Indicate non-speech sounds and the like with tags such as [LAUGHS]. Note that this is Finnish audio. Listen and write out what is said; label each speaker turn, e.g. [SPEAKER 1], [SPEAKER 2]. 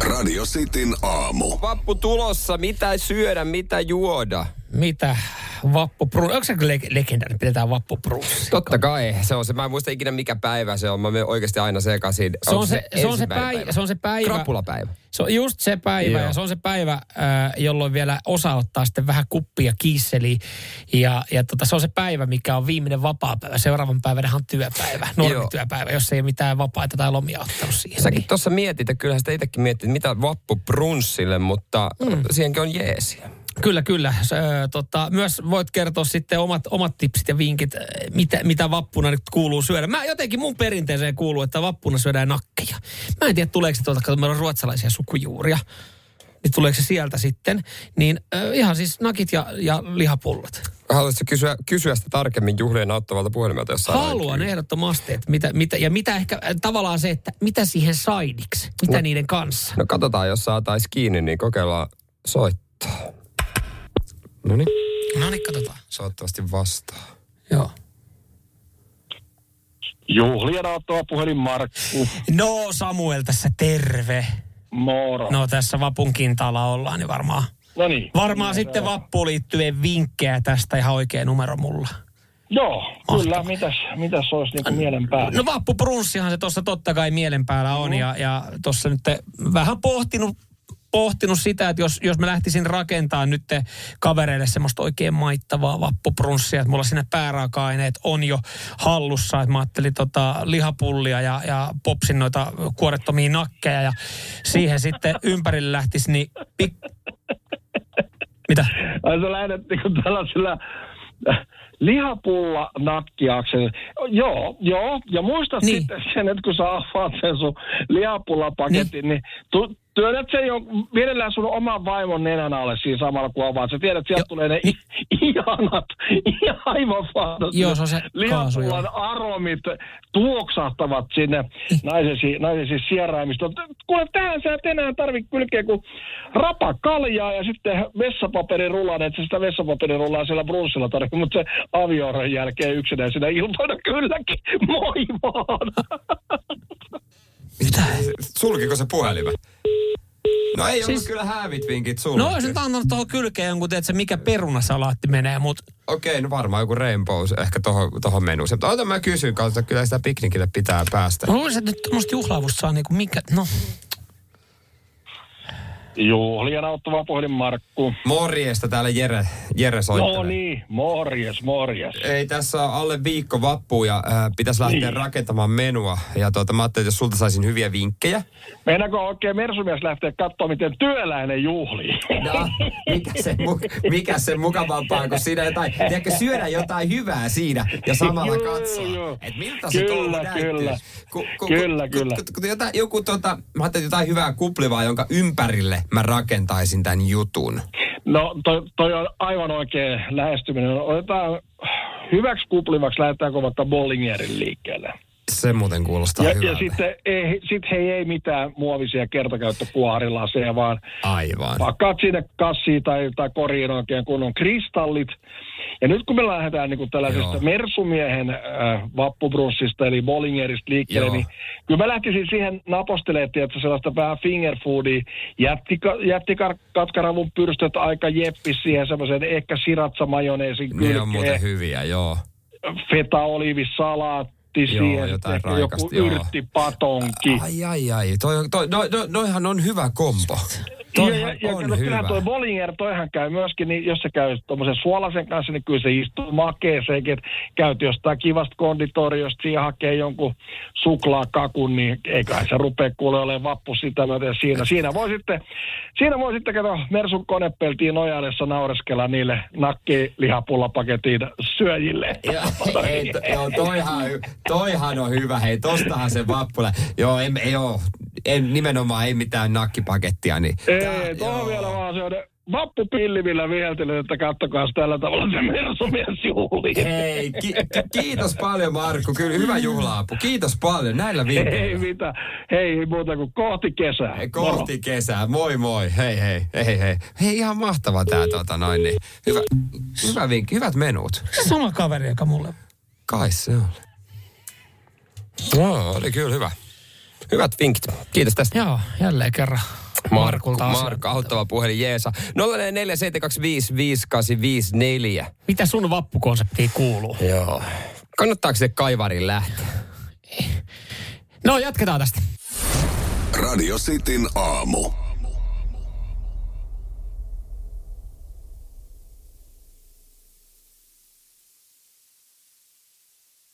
[SPEAKER 1] Radio Cityn aamu.
[SPEAKER 2] Vappu tulossa, mitä syödä, mitä juoda?
[SPEAKER 3] Mitä? Vappupru... Onko se le- legendaarinen? Pidetään vappuprussi.
[SPEAKER 2] Totta kai, se on se. Mä en muista ikinä mikä päivä se on. Mä menen oikeasti aina sekaisin.
[SPEAKER 3] Se on
[SPEAKER 2] Onko
[SPEAKER 3] se, se, on se,
[SPEAKER 2] ensimmäinen
[SPEAKER 3] päivä, se on se päivä. Niin.
[SPEAKER 2] Krapulapäivä.
[SPEAKER 3] Se on just se päivä
[SPEAKER 2] Joo.
[SPEAKER 3] ja se on se päivä, äh, jolloin vielä osa ottaa sitten vähän kuppia kiisseliä. Ja, ja tota, se on se päivä, mikä on viimeinen vapaapäivä. Seuraavan päivänä on työpäivä, normityöpäivä, jos ei ole mitään vapaita tai lomia ottanut siihen.
[SPEAKER 2] Säkin
[SPEAKER 3] Niin.
[SPEAKER 2] tuossa mietit, ja kyllähän sitä itsekin mietit, mitä vappu brunssille, mutta mm. siihenkin on jeesiä.
[SPEAKER 3] Kyllä, kyllä. Se, ö, tota, myös voit kertoa sitten omat, omat tipsit ja vinkit, ö, mitä, mitä vappuna nyt kuuluu syödä. Mä jotenkin mun perinteeseen kuuluu, että vappuna syödään nakkeja. Mä en tiedä, tuleeko se tuolta, kun meillä on ruotsalaisia sukujuuria, niin tuleeko se sieltä sitten. Niin ö, ihan siis nakit ja, ja lihapullot.
[SPEAKER 2] Haluaisitko kysyä, kysyä sitä tarkemmin juhlien auttavalta puhelimelta jossain?
[SPEAKER 3] Haluan ehdottomasti, että mitä, mitä, ja mitä ehkä ö, tavallaan se, että mitä siihen saidiksi, mitä
[SPEAKER 2] No.
[SPEAKER 3] niiden kanssa.
[SPEAKER 2] No katsotaan, jos saatais kiinni, niin kokeillaan soittaa. No niin.
[SPEAKER 3] No niin, katsotaan.
[SPEAKER 2] Saattavasti vastaa.
[SPEAKER 3] Joo.
[SPEAKER 4] Juhlien aattoa puhelin Markku.
[SPEAKER 3] No Samuel tässä, terve.
[SPEAKER 4] Moro.
[SPEAKER 3] No tässä vapun kintaalla ollaan, niin varmaan
[SPEAKER 4] No niin.
[SPEAKER 3] Varmaan sitten vappuun liittyen vinkkejä tästä ihan oikea numero mulla.
[SPEAKER 4] Joo, kyllä. Mitäs, mitäs olisi niinku mielen päällä?
[SPEAKER 3] No vappupurunssihan se tuossa totta kai mielen päällä on ja, ja tuossa nyt vähän pohtinut, pohtinut sitä, että jos, jos mä lähtisin rakentaa nyt kavereille semmoista oikein maittavaa vappuprunssia, että mulla siinä pääraaka-aineet on jo hallussa, että mä ajattelin tota lihapullia ja, ja popsin noita kuorettomia nakkeja ja siihen sitten ympärille lähtisi, niin pik... Mitä?
[SPEAKER 4] Ai sä lähdet niinku tällaisella äh, lihapulla nakkiaksella. Joo, joo. Ja muista
[SPEAKER 3] Niin.
[SPEAKER 4] niin. sitten sen, että kun sä avaat sen sun lihapullapaketin, niin, niin tu, työnnät sen jo mielellään sun oman vaimon nenän alle siinä samalla kun avaat. Sä tiedät, että sieltä tulee ne i- ihanat, [LAUGHS] aivan fantastiset
[SPEAKER 3] Niin. Joo, se on se kaasu, joo.
[SPEAKER 4] lihapullan aromit tuoksahtavat sinne naisesi, naisesi sieraimistoon. Kuule, tähän sä et enää tarvitse kylkeä kuin rapa kaljaa ja sitten vessapaperin rullaan, että sä sitä vessapaperin rullaa siellä brunssilla tarvitse, mutta se avioron jälkeen yksinäisenä iltana kylläkin. Moi vaan!
[SPEAKER 3] Mitä?
[SPEAKER 2] Sulkiko se puhelimen? No ei siis...
[SPEAKER 3] Siis-
[SPEAKER 2] ollut kyllä hävit vinkit sulle.
[SPEAKER 3] No olisin nyt antanut tuohon kylkeen jonkun, että mikä perunasalaatti menee, mutta
[SPEAKER 2] Okei, no varmaan joku rainbows ehkä tohon, tohon menuun. Mutta ota mä kysyn kanssa, kyllä sitä piknikille pitää päästä.
[SPEAKER 3] mä luulisin, että nyt tuommoista juhlaavusta saa niinku mikä, no.
[SPEAKER 4] Juhlien auttava puhelin Markku.
[SPEAKER 2] Morjesta täällä Jere, Jere soittelee.
[SPEAKER 4] No niin, morjes, morjes.
[SPEAKER 2] Ei tässä ole alle viikko vappu ja äh, pitäisi lähteä niin.
[SPEAKER 4] Niin.
[SPEAKER 2] rakentamaan menua. Ja tuota, mä ajattelin, että jos sulta saisin hyviä vinkkejä.
[SPEAKER 4] Meinaako oikein mersumies lähteä katsoa, miten työläinen juhlii?
[SPEAKER 2] No, mikä se, mu- mikä se mukavampaa kuin siinä jotain, tiedätkö, syödä jotain hyvää siinä ja samalla
[SPEAKER 4] Joo,
[SPEAKER 2] katsoa,
[SPEAKER 4] joo.
[SPEAKER 2] että miltä se
[SPEAKER 4] Kyllä,
[SPEAKER 2] touhu
[SPEAKER 4] kyllä.
[SPEAKER 2] näyttäisi. Ku- ku- ku-
[SPEAKER 4] Kyllä,
[SPEAKER 2] ku-
[SPEAKER 4] kyllä.
[SPEAKER 2] ku- ku- jotain- Joku tota, mä ajattelin jotain hyvää kuplivaa, jonka ympärille mä rakentaisin tämän jutun.
[SPEAKER 4] No toi, toi on aivan oikea lähestyminen. Otetaan hyväksi kuplivaksi, lähdetäänkö vaikka Bollingerin liikkeelle.
[SPEAKER 2] Se muuten kuulostaa
[SPEAKER 4] Ja, ja
[SPEAKER 2] hyvältä.
[SPEAKER 4] sitten ei, sit hei ei mitään muovisia kertakäyttökuoharilaseja, vaan
[SPEAKER 2] Aivan.
[SPEAKER 4] pakkaat sinne kassiin tai, tai koriin oikein kunnon kristallit. Ja nyt kun me lähdetään niin tällaisesta
[SPEAKER 2] Joo.
[SPEAKER 4] Joo. mersumiehen äh, vappubrunssista eli Bollingerista liikkeelle,
[SPEAKER 2] Joo.
[SPEAKER 4] Joo. niin kyllä mä lähtisin siihen napostelemaan, että sellaista vähän fingerfoodia, jättika, jättikatkaravun pyrstöt aika jeppi siihen semmoisen ehkä siratsa majoneesin
[SPEAKER 2] Ne on muuten
[SPEAKER 4] kylkeen,
[SPEAKER 2] hyviä, joo.
[SPEAKER 4] feta oliivisalaatti siihen,
[SPEAKER 2] jotain
[SPEAKER 4] ehkä joku
[SPEAKER 2] raikasta, joo.
[SPEAKER 4] yrttipatonki.
[SPEAKER 2] Ai, ai, ai. Toi, toi, no, no, noihan on hyvä kompo.
[SPEAKER 4] ja,
[SPEAKER 2] Toihan
[SPEAKER 4] ja, ja
[SPEAKER 2] on
[SPEAKER 4] kato,
[SPEAKER 2] hyvä.
[SPEAKER 4] kyllähän toi Bollinger, toihan käy myöskin, niin jos se käy tuommoisen suolasen kanssa, niin kyllä se istuu makeeseenkin, että käyt jostain kivasta konditoriosta, siihen hakee jonkun suklaakakun, niin eiköhän se rupea kuule olemaan vappu sitä myöten siinä. Siinä voi sitten, siinä voi sitten kato Mersun konepeltiin nojailessa naureskella niille nakkilihapullapaketin syöjille.
[SPEAKER 2] [LAUGHS] Ja, ei, to, joo, toihan, toihan on hyvä. Hei, tostahan se vappula. Joo, en, ei, joo, en, nimenomaan ei mitään nakkipakettia. Niin.
[SPEAKER 4] Ei, tuohon vielä vaan se vappupilli, millä viheltelet, että kattokaa tällä tavalla se Mersumies juhli.
[SPEAKER 2] Hei, ki, ki, kiitos paljon Markku. Kyllä hyvä juhlaapu. Kiitos paljon näillä
[SPEAKER 4] Ei
[SPEAKER 2] viikoilla.
[SPEAKER 4] mitään. Hei, ei muuta kuin kohti kesää.
[SPEAKER 2] Kohti kesää. Moi moi. Hei hei. Hei hei. Hei ihan mahtava tää tota noin. Niin. Hyvä, hyvä vinkki. Hyvät menut.
[SPEAKER 3] Se sama kaveri, joka mulle.
[SPEAKER 2] Kai se oli. No, oli kyllä hyvä. Hyvät vinkit. Kiitos tästä.
[SPEAKER 3] Joo, jälleen kerran. Markulta
[SPEAKER 2] Markku,
[SPEAKER 3] asiaa.
[SPEAKER 2] Markku, auttava puhelin Jeesa. 0447255854.
[SPEAKER 3] Mitä sun vappukonseptiin kuuluu?
[SPEAKER 2] Joo. Kannattaako se kaivarin lähteä?
[SPEAKER 3] No jatketaan tästä.
[SPEAKER 1] Radio Cityn aamu.